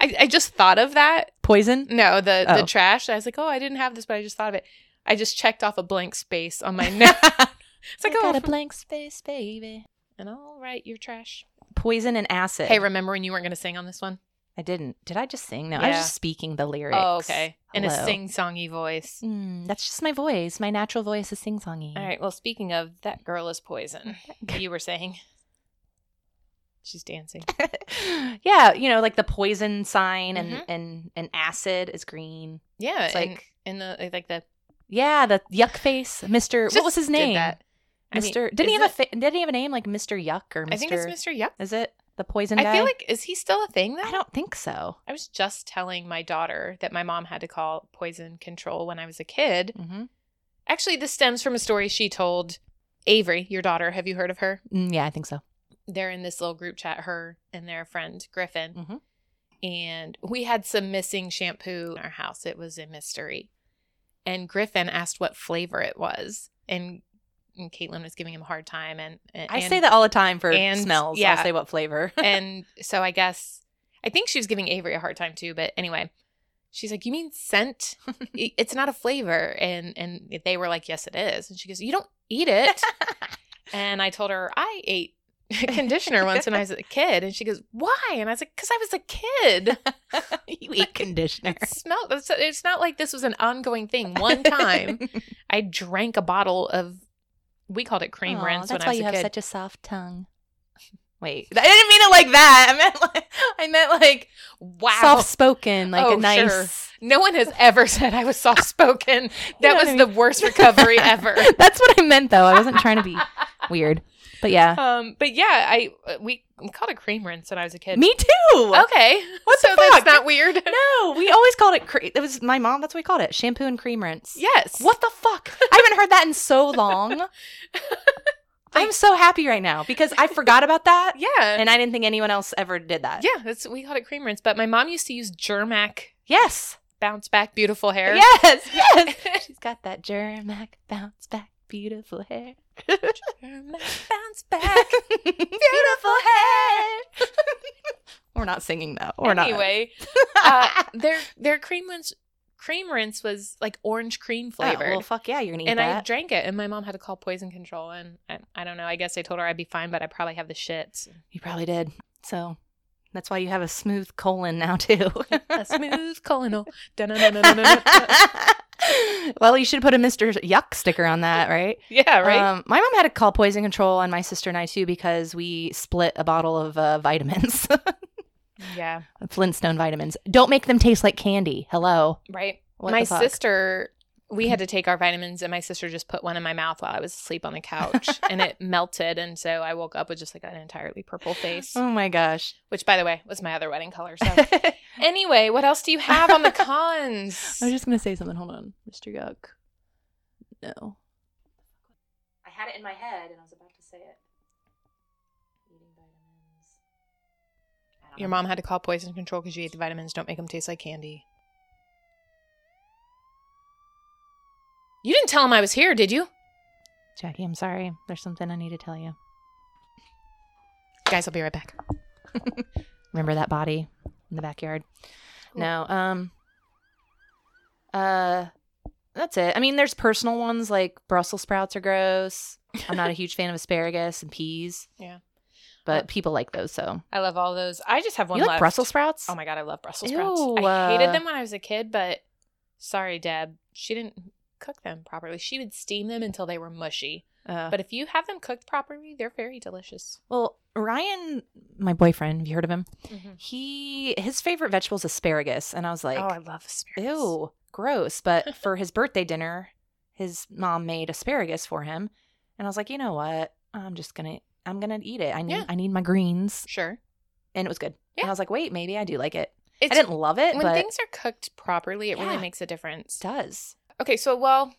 S3: I, I just thought of that.
S2: Poison?
S3: No, the the
S2: Oh.
S3: trash. I was like, oh, I didn't have this, but I just thought of it. I just checked off a blank space on my note. it's like,
S2: I
S3: oh,
S2: got a blank space, baby.
S3: and all right, you're trash.
S2: Poison and acid.
S3: Hey, remember when you weren't going to sing on this one?
S2: I didn't. Did I just sing? No, I was
S3: Yeah.
S2: just speaking the lyrics.
S3: Oh, okay. In a
S2: Hello.
S3: sing-songy voice.
S2: Mm, that's just my voice. My natural voice is sing songy.
S3: All right. Well, speaking of that girl is poison, you were saying she's dancing.
S2: yeah, you know, like the poison sign and and and acid is green.
S3: Yeah,
S2: It's
S3: and-
S2: like-
S3: in, the eh, like the
S2: Yeah, the yuck face, Mister. What
S3: Just
S2: was his
S3: did
S2: name?
S3: that. I mean,
S2: Mister. didn't he
S3: is
S2: have a fa- didn't he have a name like Mister Yuck or Mister?
S3: I think it's Mr. Yuck.
S2: Is it the poison?
S3: I
S2: guy?
S3: feel like is he still a thing though?
S2: I don't think so.
S3: I was just telling my daughter that my mom had to call poison control when I was a kid.
S2: Mm-hmm.
S3: Actually, this stems from a story she told Avery, your daughter. Have you heard of her?
S2: Mm, yeah, I think so.
S3: they're in this little group chat, her and their friend Griffin.
S2: Mhm.
S3: And we had some missing shampoo in our house. It was a mystery. And Griffin asked what flavor it was. And, and Caitlin was giving him a hard time. And, and
S2: I say that all the time for
S3: and-
S2: smells.
S3: yeah.
S2: I'll say what flavor.
S3: and so I guess, I think she was giving Avery a hard time too. But anyway, she's like, You mean scent? It- it's not a flavor. And, and they were like, Yes, it is. And she goes, You don't eat it. And I told her I ate conditioner once when I was a kid, and she goes, "Why?" And I was like, "Cause I was a kid.
S2: you eat conditioner.
S3: It smelled. It's, it's not like this was an ongoing thing. One time, I drank a bottle of we called it cream
S2: Aw,
S3: rinse when
S2: That's
S3: I
S2: why
S3: was
S2: you
S3: a
S2: have
S3: kid.
S2: such a soft tongue. Wait, I didn't mean it like that. I meant like I meant like
S3: wow,
S2: soft spoken, like
S3: Oh,
S2: a nice.
S3: sure. no one has ever said I was soft spoken. That
S2: know
S3: was
S2: what I
S3: the worst recovery ever.
S2: That's what I meant though. I wasn't trying to be weird, but yeah,
S3: Um, but yeah, I we called it cream rinse when I was a kid.
S2: me too.
S3: Okay,
S2: What
S3: so
S2: the
S3: that's
S2: fuck?
S3: not weird.
S2: No, we always called it. Cre- it was my mom. That's what we called it. Shampoo and cream rinse.
S3: Yes.
S2: What the fuck? I haven't heard that in so long. I'm so happy right now because I forgot about that,
S3: Yeah.
S2: and I didn't think anyone else ever did that.
S3: Yeah, that's we called it cream rinse, but my mom used to use Germac
S2: Yes.
S3: bounce back beautiful hair.
S2: Yes, yes. She's got that Germac bounce back beautiful hair.
S3: Germac bounce back.
S2: beautiful hair. We're not singing that. We're
S3: anyway,
S2: not.
S3: uh, their their cream rinse cream rinse was like orange cream flavored.
S2: Oh, well, fuck yeah, you're gonna eat
S3: and I
S2: that.
S3: drank it, and my mom had to call poison control. And I, I don't know. I guess I told her I'd be fine, but I probably have the shits.
S2: you probably did. So that's why you have a smooth colon now too.
S3: A smooth colonel.
S2: well, you should put a Mr. Yuck sticker on that, right?
S3: Yeah, right.
S2: Um, my mom had to call poison control on my sister and I too because we split a bottle of uh, vitamins,
S3: yeah,
S2: Flintstone vitamins. Don't make them taste like candy. Hello.
S3: right.
S2: What
S3: my
S2: the fuck?
S3: sister we had to take our vitamins and my sister just put one in my mouth while i was asleep on the couch and it melted and so i woke up with just like an entirely purple face
S2: Oh my gosh.
S3: which by the way was my other wedding color so
S2: I
S3: anyway what else do you have on the cons
S2: was just gonna say something. Hold on, Mr. Yuck. No. I had it in my head and I was about to say it. Eating vitamins. I don't
S3: your
S2: know.
S3: mom had to call poison control because you ate the vitamins don't make them taste like candy you didn't tell him i was here did you
S2: Jackie, I'm sorry. There's something I need to tell you.
S3: guys i'll be right back
S2: Remember that body in the backyard? No. Um. Uh, that's it. I mean, there's personal ones like Brussels sprouts are gross. I'm not a huge fan of asparagus and peas.
S3: Yeah.
S2: But people like those, so
S3: I love all those. I just have one
S2: you like
S3: left.
S2: Brussels sprouts?
S3: Oh my god, I love Brussels sprouts.
S2: Ew,
S3: I hated
S2: uh,
S3: them when I was a kid, but sorry, Deb, she didn't cook them properly. She would steam them until they were mushy.
S2: Uh,
S3: But if you have them cooked properly, they're very delicious.
S2: well, Ryan, my boyfriend, have you heard of him? He his favorite vegetable is asparagus, and I was like,
S3: Mm-hmm. oh, I love asparagus.
S2: ew, gross. But for his birthday dinner, his mom made asparagus for him, and I was like, you know what? I'm just gonna I'm gonna eat it. I need
S3: Yeah.
S2: I need my greens,
S3: Sure.
S2: and it was good.
S3: Yeah.
S2: And I was like, wait, maybe I do like it.
S3: It's,
S2: I didn't love it,
S3: when
S2: but
S3: things are cooked properly, it really
S2: Yeah.
S3: makes a difference.
S2: it does.
S3: Okay, so well,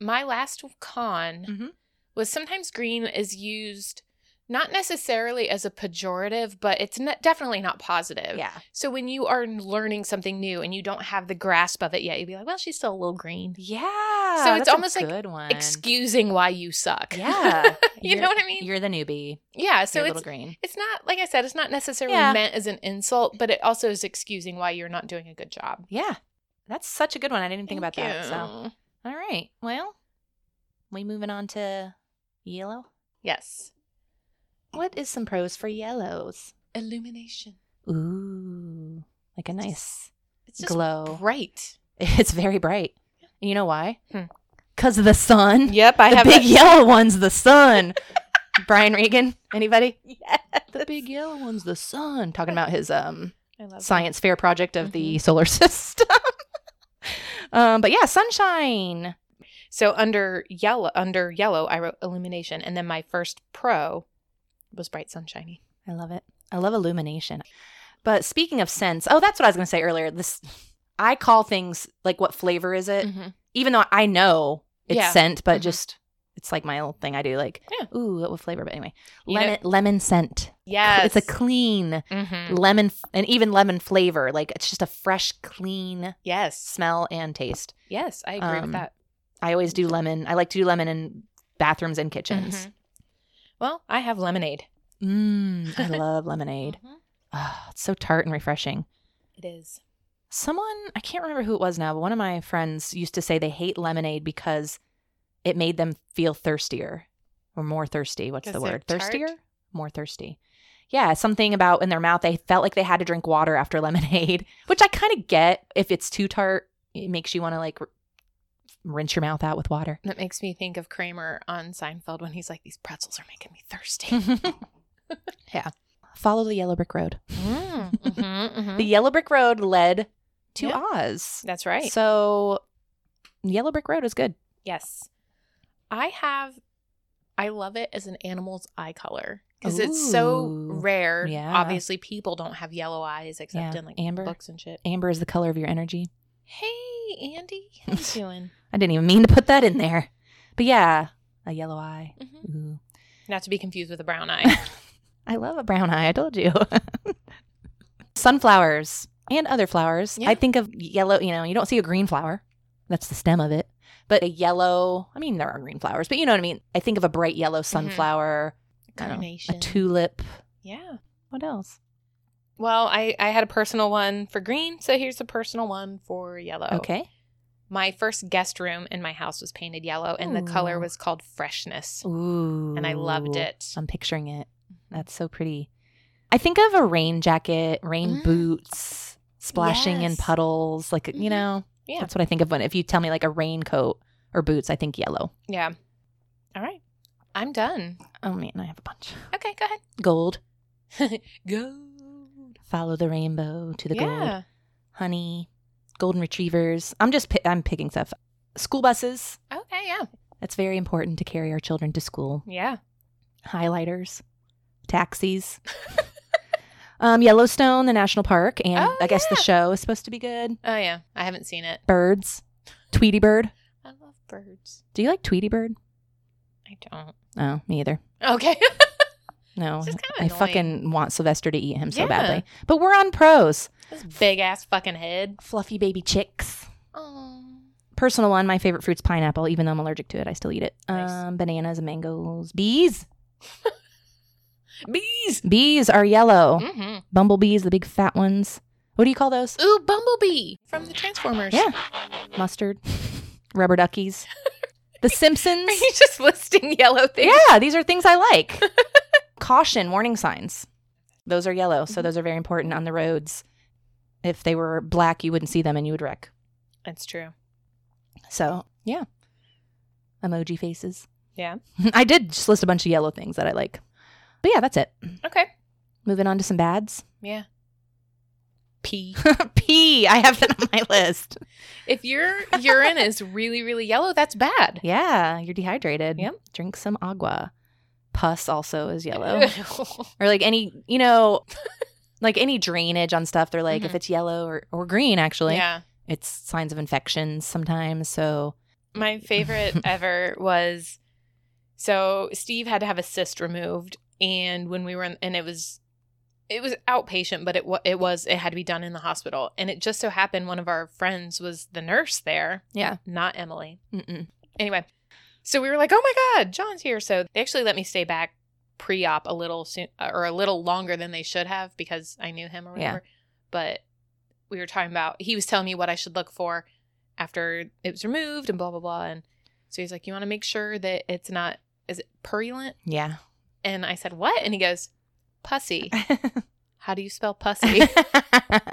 S3: my last con
S2: Mhm.
S3: was sometimes green is used not necessarily as a pejorative, but it's not, definitely not positive.
S2: Yeah.
S3: Oh. So when you are learning something new and you don't have the grasp of it yet, you'd be like, "Well, she's still a little green,"
S2: Yeah.
S3: So it's
S2: that's a
S3: almost like
S2: good one.
S3: excusing why you suck.
S2: Yeah.
S3: you
S2: You're-
S3: know what I mean?
S2: You're the newbie.
S3: Yeah. So
S2: you're
S3: it's
S2: little green.
S3: it's not like I said, it's not necessarily
S2: Yeah.
S3: meant as an insult, but it also is excusing why you're not doing a good job.
S2: Yeah. That's such a good one. I didn't think
S3: Thank
S2: about that. So
S3: you.
S2: all right. Well, we moving on to yellow.
S3: yes,
S2: What is some pros for yellows?
S3: illumination.
S2: Ooh. Like a nice
S3: It's just
S2: glow.
S3: bright.
S2: it's very bright. And you know why?
S3: Hmm.
S2: Because of the sun.
S3: Yep, I
S2: the
S3: have
S2: big yellow one's the sun. Brian Regan. Anybody?
S3: Yeah,
S2: The big yellow one's the sun. Talking about his um
S3: I love
S2: science fair project of the solar system. um, but yeah, sunshine.
S3: that. So under yellow, under yellow, I wrote illumination, and then my first pro was bright sunshiny.
S2: I love it. I love illumination. But speaking of scents, oh, that's what I was going to say earlier. This I call things like what flavor is it?
S3: Mm-hmm.
S2: Even though I know it's
S3: Yeah.
S2: scent, but
S3: Mhm.
S2: just it's like my old thing I do. Like,
S3: Yeah.
S2: ooh, what flavor? But anyway,
S3: You know-
S2: lemon lemon scent.
S3: Yes,
S2: It's a clean
S3: Mhm.
S2: lemon f- and even lemon flavor. Like it's just a fresh, clean
S3: yes,
S2: smell and taste.
S3: yes. I agree
S2: Um,
S3: with that.
S2: I always
S3: Mm-hmm.
S2: do lemon. I like to do lemon in bathrooms and kitchens.
S3: Mhm. Well, I have lemonade.
S2: Mm, I love lemonade.
S3: Mm-hmm.
S2: Oh, it's so tart and refreshing.
S3: It is.
S2: Someone, I can't remember who it was now, but one of my friends used to say they hate lemonade because it made them feel thirstier or more thirsty. What's the
S3: 'Cause they're
S2: word?
S3: tart?
S2: Thirstier? More thirsty. Yeah, something about in their mouth, they felt like they had to drink water after lemonade, which I kind of get. If it's too tart, it makes you want to like r- rinse your mouth out with water.
S3: That makes me think of Kramer on Seinfeld when he's like, "These pretzels are making me thirsty."
S2: yeah. Follow the yellow brick road.
S3: Mm, mhm, mhm.
S2: The yellow brick road led to
S3: Yeah.
S2: Oz.
S3: That's right.
S2: So yellow brick road is good.
S3: Yes. I have I love it as an animal's eye color cuz it's so
S2: Ooh.
S3: rare.
S2: Yeah.
S3: Obviously people don't have yellow eyes except
S2: Yeah,
S3: in like
S2: amber.
S3: books and shit.
S2: Amber is the color of your energy.
S3: Hey, Andy, how you doing?
S2: I didn't even mean to put that in there. But yeah, a yellow eye.
S3: Mhm.
S2: Ooh.
S3: Not to be confused with a brown eye.
S2: I love a brown eye. I told you. Sunflowers and other flowers.
S3: Yeah.
S2: I think of yellow, you know, you don't see a green flower. That's the stem of it. But a yellow, I mean, there are green flowers, but you know what I mean? I think of a bright yellow
S3: Mm-hmm.
S2: sunflower, I don't know,
S3: Carnation.
S2: a tulip.
S3: yeah.
S2: What else?
S3: Well, I I had a personal one for green, so here's a personal one for yellow.
S2: Okay.
S3: My first guest room in my house was painted yellow and the color
S2: Ooh.
S3: was called freshness.
S2: Ooh.
S3: And I loved it.
S2: I'm picturing it. That's so pretty. I think of a rain jacket, rain
S3: Mm.
S2: boots, splashing in
S3: Yes.
S2: puddles. Like, you
S3: Mhm.
S2: know,
S3: Yeah.
S2: that's what I think of when, if you tell me like a raincoat or boots, I think yellow.
S3: Yeah. All right. I'm done.
S2: Oh man, I have a bunch.
S3: Okay, go ahead.
S2: Gold.
S3: Gold.
S2: Follow the rainbow to the gold.
S3: yeah.
S2: Honey. Golden retrievers. I'm just, pi- I'm picking stuff. School buses.
S3: Okay, yeah.
S2: That's very important to carry our children to school.
S3: Yeah.
S2: highlighters, taxis. um, Yellowstone, the national park, and
S3: Oh,
S2: I guess the
S3: yeah.
S2: show is supposed to be good.
S3: Oh yeah. I haven't seen it.
S2: Birds, Tweety Bird.
S3: I love birds.
S2: Do you like Tweety Bird?
S3: I don't.
S2: Oh, me either.
S3: Okay.
S2: No,
S3: It's just kinda
S2: I
S3: annoying.
S2: fucking want Sylvester to eat him so
S3: Yeah.
S2: badly. But we're on pros.
S3: this big ass fucking head.
S2: Fluffy baby chicks.
S3: Oh.
S2: Personal one, my favorite fruit's pineapple. Even though I'm allergic to it, I still eat it.
S3: Nice.
S2: Um, bananas and mangoes. Bees.
S3: Bees.
S2: Bees are yellow.
S3: Mm-hmm.
S2: Bumblebees, the big fat ones. What do you call those?
S3: Ooh, Bumblebee from the Transformers.
S2: Yeah. Mustard, rubber duckies, The Simpsons.
S3: Are you just listing yellow things?
S2: Yeah, these are things I like. Caution, warning signs. Those are yellow, so
S3: Mhm.
S2: those are very important on the roads. If they were black, you wouldn't see them and you would wreck.
S3: That's true.
S2: So, yeah. Emoji faces.
S3: Yeah.
S2: I did just list a bunch of yellow things that I like. But yeah, that's it.
S3: Okay.
S2: Moving on to some bads.
S3: Yeah. Pee.
S2: P. I have that on my list.
S3: if your urine is really, really yellow, that's bad.
S2: Yeah, you're dehydrated.
S3: Yep.
S2: Drink some agua. Pus also is yellow. or like any, you know, like any drainage on stuff. They're like, if
S3: Mhm.
S2: it's yellow or, or green, actually,
S3: yeah.
S2: it's signs of infections sometimes. So,
S3: My favorite ever was so Steve had to have a cyst removed, and when we were in, and it was it was outpatient, but it wa- it was it had to be done in the hospital, and it just so happened one of our friends was the nurse there,
S2: yeah.
S3: not Emily.
S2: Mm-mm.
S3: Anyway, so we were like, "Oh my God, John's here!" So they actually let me stay back pre-op a little soon, uh, or a little longer than they should have because I knew him
S2: Yeah.
S3: or whatever. But we were talking about he was telling me what I should look for after it was removed and blah blah blah. And so he's like, "You want to make sure that it's not is it purulent?"
S2: Yeah.
S3: And I said, "What?" And he goes, "Pussy." How do you spell pussy?
S2: yes,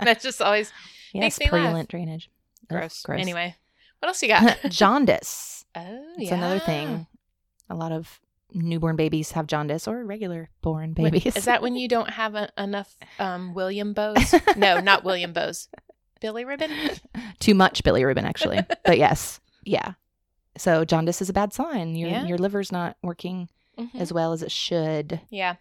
S3: That's just always Makes me laugh.
S2: purulent drainage. Ugh,
S3: gross. Anyway, what else you got?
S2: jaundice.
S3: oh,
S2: It's another thing. A lot of newborn babies have jaundice or regular born babies.
S3: Is that when you don't have a, enough um, William Bose? No, not William Bose. Billy Ribbon?
S2: Too much Billy Rubin, actually. but yes. Yeah. So jaundice is a bad sign. Your
S3: Yeah.
S2: your liver's not working
S3: Mhm.
S2: as well as it should.
S3: Yeah.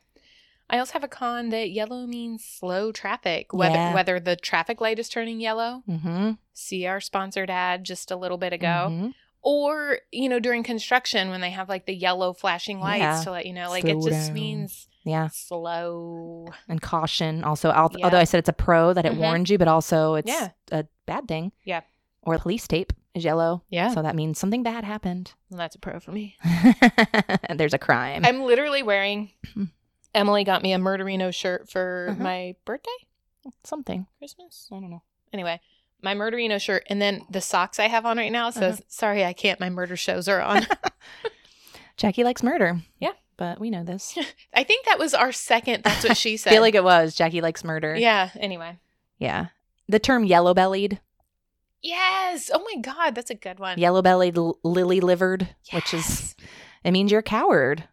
S3: I also have a con that yellow means slow traffic. Whether
S2: Yeah.
S3: whether the traffic light is turning yellow,
S2: Mm-hmm.
S3: see our sponsored ad just a little bit ago, or you know during construction when they have like the yellow flashing lights
S2: Yeah.
S3: to let you know, like it
S2: Slow
S3: just
S2: down.
S3: means
S2: Yeah,
S3: slow.
S2: and caution also. al-
S3: Yeah.
S2: Although I said it's a pro that it
S3: Mhm.
S2: warned you, but also it's
S3: Yeah.
S2: a bad thing.
S3: Yeah.
S2: Or police tape is yellow,
S3: Yeah,
S2: so that means something bad happened.
S3: well, that's a pro for me.
S2: There's a crime.
S3: I'm literally wearing.
S2: Mm.
S3: Emily got me a Murderino shirt for
S2: Uh-huh.
S3: my birthday.
S2: something.
S3: Christmas? I don't know. Anyway, my murderino shirt and then the socks I have on right now says,
S2: Uh-huh.
S3: "Sorry, I can't. My murder shows are on."
S2: Jackie likes murder.
S3: Yeah.
S2: but we know this.
S3: I think that was our second. That's what she said.
S2: I feel like it was Jackie likes murder.
S3: yeah. Anyway.
S2: yeah. The term yellow bellied,
S3: Yes. Oh my God, that's a good one.
S2: yellow bellied, l- lily livered, which is it means you're a coward.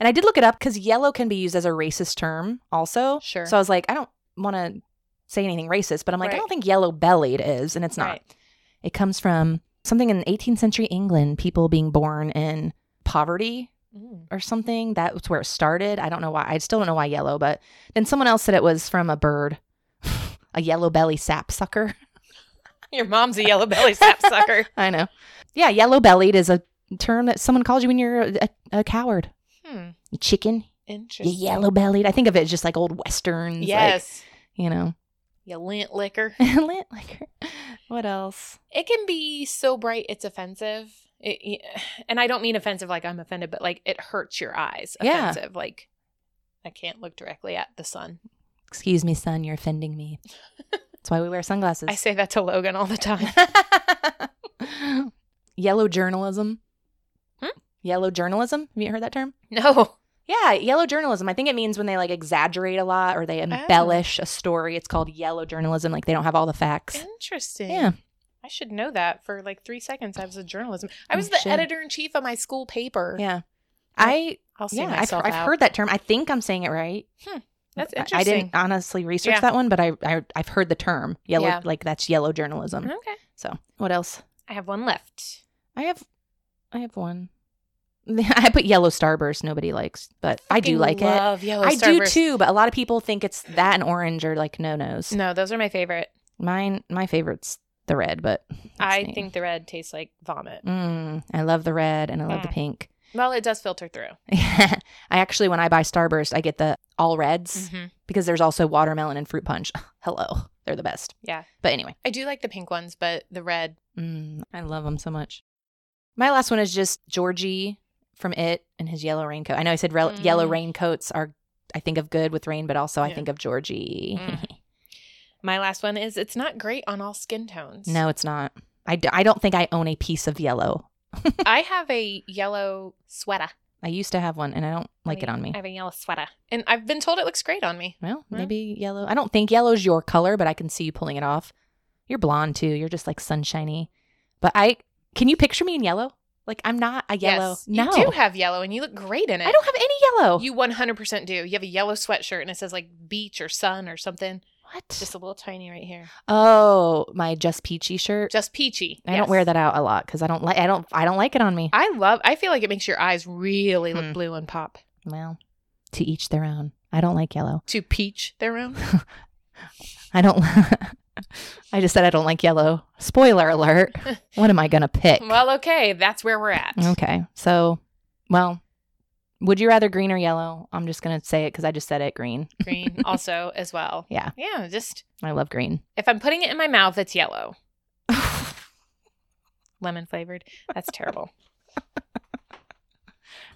S2: And I did look it up because yellow can be used as a racist term also.
S3: sure.
S2: So I was like, I don't want to say anything racist, but I'm like, I
S3: Right.
S2: don't think yellow bellied is, and it's not.
S3: Right.
S2: It comes from something in 18th century England, people being born in poverty
S3: Mm.
S2: or something. That's where it started. I don't know why. I still don't know why yellow, but then someone else said it was from a bird, a yellow belly sapsucker.
S3: Your mom's a yellow belly sapsucker.
S2: I know. Yeah, yellow bellied is a term that someone calls you when you're a, a coward.
S3: hmm.
S2: You chicken, you
S3: Interesting.
S2: yellow bellied. I think of it as just like old westerns. like,
S3: Yes.
S2: you know,
S3: you lint liquor.
S2: Lint liquor. What else?
S3: It can be so bright it's offensive. It, and I don't mean offensive like I'm offended, but like it hurts your eyes.
S2: Yeah.
S3: Offensive. Like I can't look directly at the sun.
S2: Excuse me, son, you're offending me. That's why we wear sunglasses.
S3: I say that to Logan all the time.
S2: yellow journalism.
S3: Hmm?
S2: Yellow journalism. Have you heard that term?
S3: No.
S2: Yeah, yellow journalism. I think it means when they like exaggerate a lot or they embellish a story. It's called yellow journalism. Like they don't have all the facts.
S3: Interesting.
S2: Yeah.
S3: I should know that for like three seconds. I was a journalism. I was
S2: You
S3: the
S2: should.
S3: editor in chief of my school paper.
S2: Oh, Yeah. I
S3: I'll see
S2: yeah, I've,
S3: myself
S2: I've
S3: out.
S2: heard that term. I think I'm saying it right.
S3: That's
S2: I-
S3: interesting.
S2: I didn't honestly research
S3: Yeah.
S2: that one, but I, I I've heard the term yellow.
S3: Yeah. Uh-huh.
S2: Like that's yellow journalism.
S3: Okay.
S2: So what else?
S3: I have one left.
S2: I have, I have one. I put yellow starburst. Nody likes, but I do
S3: Fucking
S2: like it.
S3: Love yellow
S2: I do
S3: Starburst.
S2: too, but a lot of people think it's that and orange are like no nos.
S3: No, those are my favorite.
S2: Mine, my favorite's the red, but that's
S3: I
S2: me.
S3: think the red tastes like vomit.
S2: Mm, I love the red and I love the
S3: Mm.
S2: pink.
S3: Well, it does filter through.
S2: I actually, when I buy Starburst, I get the all reds
S3: Mm-hmm.
S2: because there's also watermelon and fruit punch. Hello, they're the best.
S3: Yeah.
S2: But anyway,
S3: I do like the pink ones, but the red.
S2: mm, I love them so much. My last one is just Georgie from It and his yellow raincoat. I know I said rel- yellow
S3: Mm.
S2: raincoats are, I think of good with rain, but also I
S3: Yeah.
S2: think of Georgie.
S3: Mm. My last one is it's not great on all skin tones.
S2: No, it's not. I, d- I don't think I own a piece of yellow.
S3: I have a yellow sweater.
S2: I used to have one and I don't like it on me.
S3: I have a yellow sweater. And I've been told it looks great on me.
S2: Well,
S3: Well.
S2: maybe yellow. I don't think yellow's your color, but I can see you pulling it off. You're blonde too. You're just like sunshiny. But I can you picture me in yellow? Like I'm not a yellow.
S3: Yes,
S2: no.
S3: You do have yellow and you look great in it.
S2: I don't have any yellow.
S3: You 100% do. You have a yellow sweatshirt and it says like beach or sun or something.
S2: what?
S3: Just a little tiny right here.
S2: oh, my just peachy shirt.
S3: Just peachy.
S2: I don't
S3: Yes.
S2: wear that out a lot because I don't like I don't I don't like it on me.
S3: I love I feel like it makes your eyes really look
S2: Hmm.
S3: blue and pop.
S2: well, to each their own. I don't like yellow.
S3: To peach their own.
S2: I don't. I just said I don't like yellow. Spoiler alert. What am I gonna pick?
S3: well, okay, that's where we're at.
S2: Okay. So, well, would you rather green or yellow? I'm just going to say it because I just said it green.
S3: Green also as well.
S2: Yeah.
S3: Yeah, just
S2: I love green.
S3: if I'm putting it in my mouth, it's yellow. Lemon flavored. That's terrible.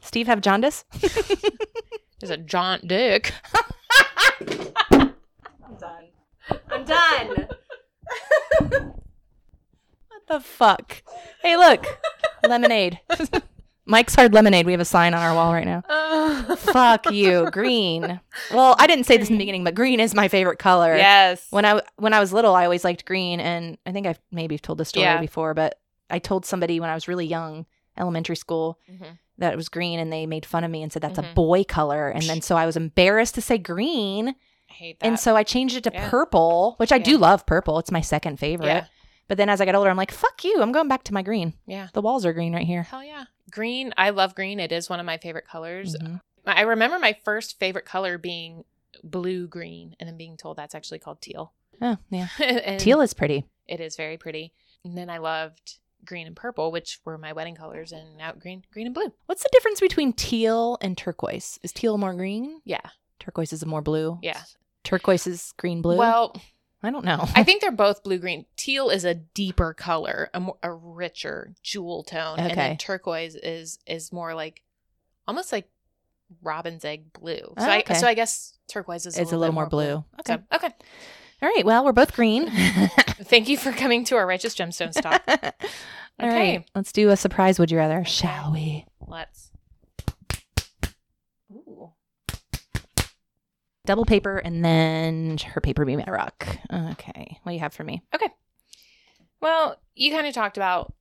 S2: Steve have jaundice?
S3: There's a jaunt dick.
S2: I'm done. I'm done. what the fuck? Hey, look. lemonade. Mike's Hard Lemonade. We have a sign on our wall right now. Fuck you, green. Well, I didn't say this in the beginning, but green is my favorite color.
S3: yes.
S2: when I when I was little, I always liked green, and I think I've maybe told this story
S3: Yeah.
S2: before, but I told somebody when I was really young, elementary school,
S3: Mhm.
S2: that it was green, and they made fun of me and said that's
S3: Mhm.
S2: a boy color, and then so I was embarrassed to say green,
S3: I hate that.
S2: and so I changed it to
S3: Yeah.
S2: purple, which I
S3: Yeah.
S2: do love purple. It's my second favorite.
S3: yeah.
S2: But then as I got older, I'm like, fuck you, I'm going back to my green.
S3: Yeah.
S2: The walls are green right here.
S3: Hell yeah. Green. I love green. It is one of my favorite colors.
S2: Mhm.
S3: I remember my first favorite color being blue green and then being told that's actually called teal.
S2: Oh yeah,
S3: And
S2: teal is pretty.
S3: It is very pretty. And then I loved green and purple, which were my wedding colors, and now green, green and blue.
S2: What's the difference between teal and turquoise? Is teal more green?
S3: Yeah.
S2: Turquoise is more blue.
S3: Yeah.
S2: Turquoise is green blue.
S3: Well,
S2: I don't know.
S3: I think they're both blue green. Teal is a deeper color, a, more, a richer jewel tone, and
S2: Okay.
S3: then turquoise is is more like almost like robin's egg blue. So
S2: Oh, okay.
S3: I so I guess turquoise is
S2: it's a little more blue.
S3: Okay.
S2: Okay.
S3: okay.
S2: All right. Well, we're both green.
S3: Thank you for coming to our righteous gemstones talk.
S2: All right.
S3: Okay.
S2: Let's do a surprise. Would you rather? Shall we?
S3: Let's. Ooh.
S2: Double paper and then her paper be my rock. Okay. What do you have for me?
S3: Well, you kind of talked about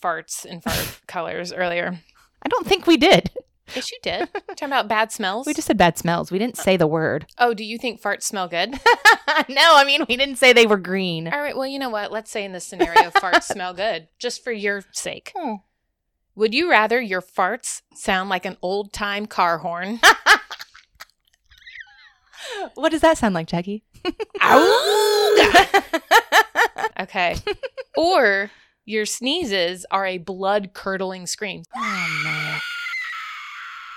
S3: farts and fart colors earlier.
S2: I don't think we did.
S3: Yes, you did. talking about bad smells.
S2: We just said bad smells. We didn't say the word.
S3: Oh, do you think farts smell good?
S2: no, I mean we didn't say they were green.
S3: All right. Well, you know what? Let's say in this scenario, farts smell good, just for your sake.
S2: Hmm.
S3: Would you rather your farts sound like an old time car horn?
S2: What does that sound like, Jackie? Oh,
S3: okay. or your sneezes are a blood curdling scream.
S2: Oh, no.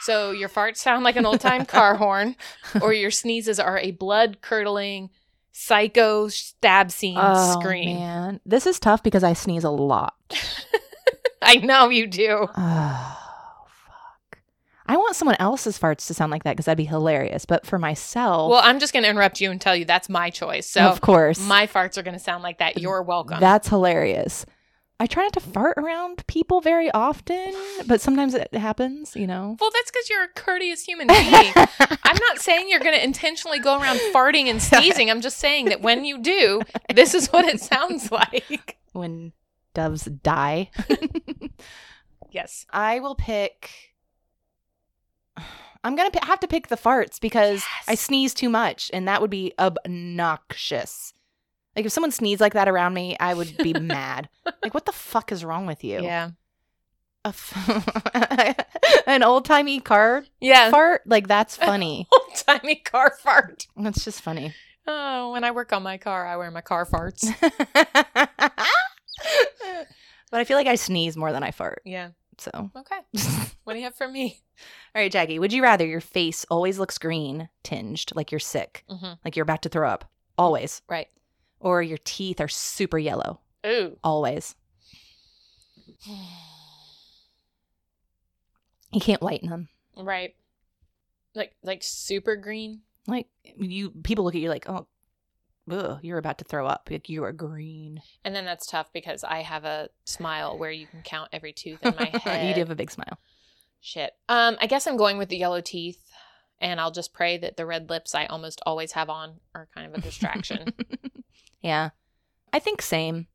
S3: So your farts sound like an old time car horn, or your sneezes are a blood curdling psycho stab scene
S2: Oh,
S3: scream.
S2: man. This is tough because I sneeze a lot.
S3: I know you do.
S2: Oh, fuck. I want someone else's farts to sound like that because that'd be hilarious. But for myself,
S3: Well, I'm just going to interrupt you and tell you that's my choice. So
S2: of course,
S3: my farts are going to sound like that. You're welcome.
S2: that's hilarious. I try not to fart around people very often, but sometimes it happens, you know?
S3: well, that's because you're a courteous human being. I'm not saying you're going to intentionally go around farting and sneezing. I'm just saying that when you do, this is what it sounds like.
S2: when doves die.
S3: Yes.
S2: I will pick. I'm gonna p- have to pick the farts because I
S3: Yes.
S2: sneeze too much, and that would be obnoxious. Like if someone sneezed like that around me, I would be mad. Like what the fuck is wrong with you?
S3: Yeah.
S2: A f- an old timey car
S3: Yeah.
S2: fart, like that's funny.
S3: Old timey car fart.
S2: That's just funny.
S3: Oh, when I work on my car, I wear my car farts.
S2: but I feel like I sneeze more than I fart.
S3: Yeah.
S2: So,
S3: Okay.
S2: all
S3: What do you have for me?
S2: right, Jackie, would you rather your face always looks green tinged, like you're sick,
S3: Mm-hmm.
S2: like you're about to throw up, always,
S3: Right.
S2: or your teeth are super yellow,
S3: Ooh.
S2: always? You can't whiten them.
S3: right. Like like super green.
S2: Like you, people look at you like, oh, ugh, you're about to throw up. Like you are green.
S3: And then that's tough because I have a smile where you can count every tooth in my head.
S2: you do have a big smile.
S3: Shit. Um, I guess I'm going with the yellow teeth, and I'll just pray that the red lips I almost always have on are kind of a distraction.
S2: yeah. I think same.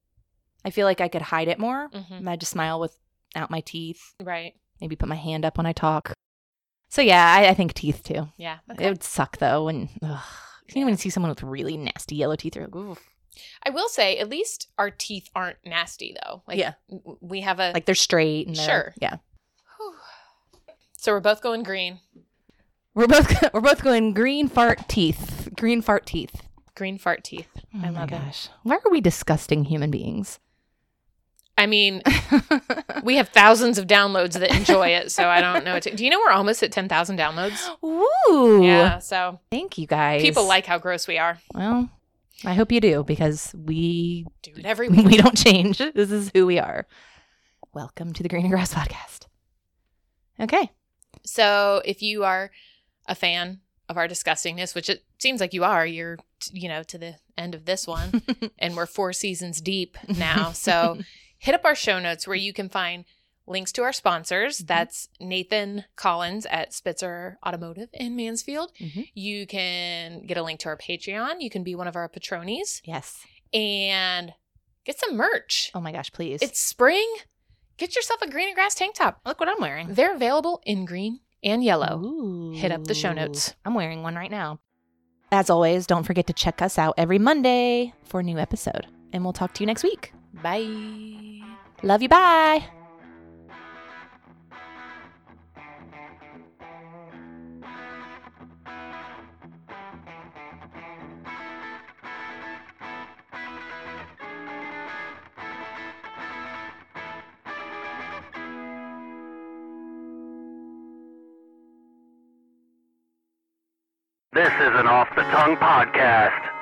S2: I feel like I could hide it more.
S3: hmm
S2: I just smile without my teeth.
S3: Right.
S2: Maybe put my hand up when I talk. So yeah, I, I think teeth too.
S3: Yeah.
S2: It would suck though when ugh. You know when you see someone with really nasty yellow teeth, you're like, ooh.
S3: I will say, at least our teeth aren't nasty though. Like,
S2: Yeah.
S3: w- we have a.
S2: like they're straight. And they're-
S3: Sure.
S2: yeah.
S3: Whew. so we're both going green.
S2: We're both we're both going green fart teeth. Green fart teeth.
S3: Green fart teeth.
S2: Oh
S3: I
S2: my
S3: love it.
S2: gosh. Why are we disgusting human beings?
S3: I mean, we have thousands of downloads that enjoy it, so I don't know. What to, do you know we're almost at ten thousand downloads?
S2: Woo!
S3: Yeah. So
S2: Thank you guys.
S3: people like how gross we are.
S2: Well, I hope you do because we
S3: Do it every week.
S2: we don't change. This is who we are. Welcome to the Green and Grass podcast. Okay.
S3: So if you are a fan of our disgustingness, which it seems like you are, you're t- you know to the end of this one, and we're four seasons deep now. So hit up our show notes where you can find links to our sponsors.
S2: Mhm.
S3: That's Nathan Collins at Spitzer Automotive in Mansfield.
S2: Mhm.
S3: You can get a link to our Patreon. You can be one of our patronies
S2: Yes.
S3: and get some merch.
S2: Oh my gosh, please.
S3: It's spring. Get yourself a green and grass tank top.
S2: look what I'm wearing.
S3: They're available in green and yellow.
S2: Ooh.
S3: Hit up the show notes.
S2: I'm wearing one right now. As always, don't forget to check us out every Monday for a new episode. And we'll talk to you next week.
S3: Bye.
S2: Love you. Bye.
S4: This is an off the tongue podcast.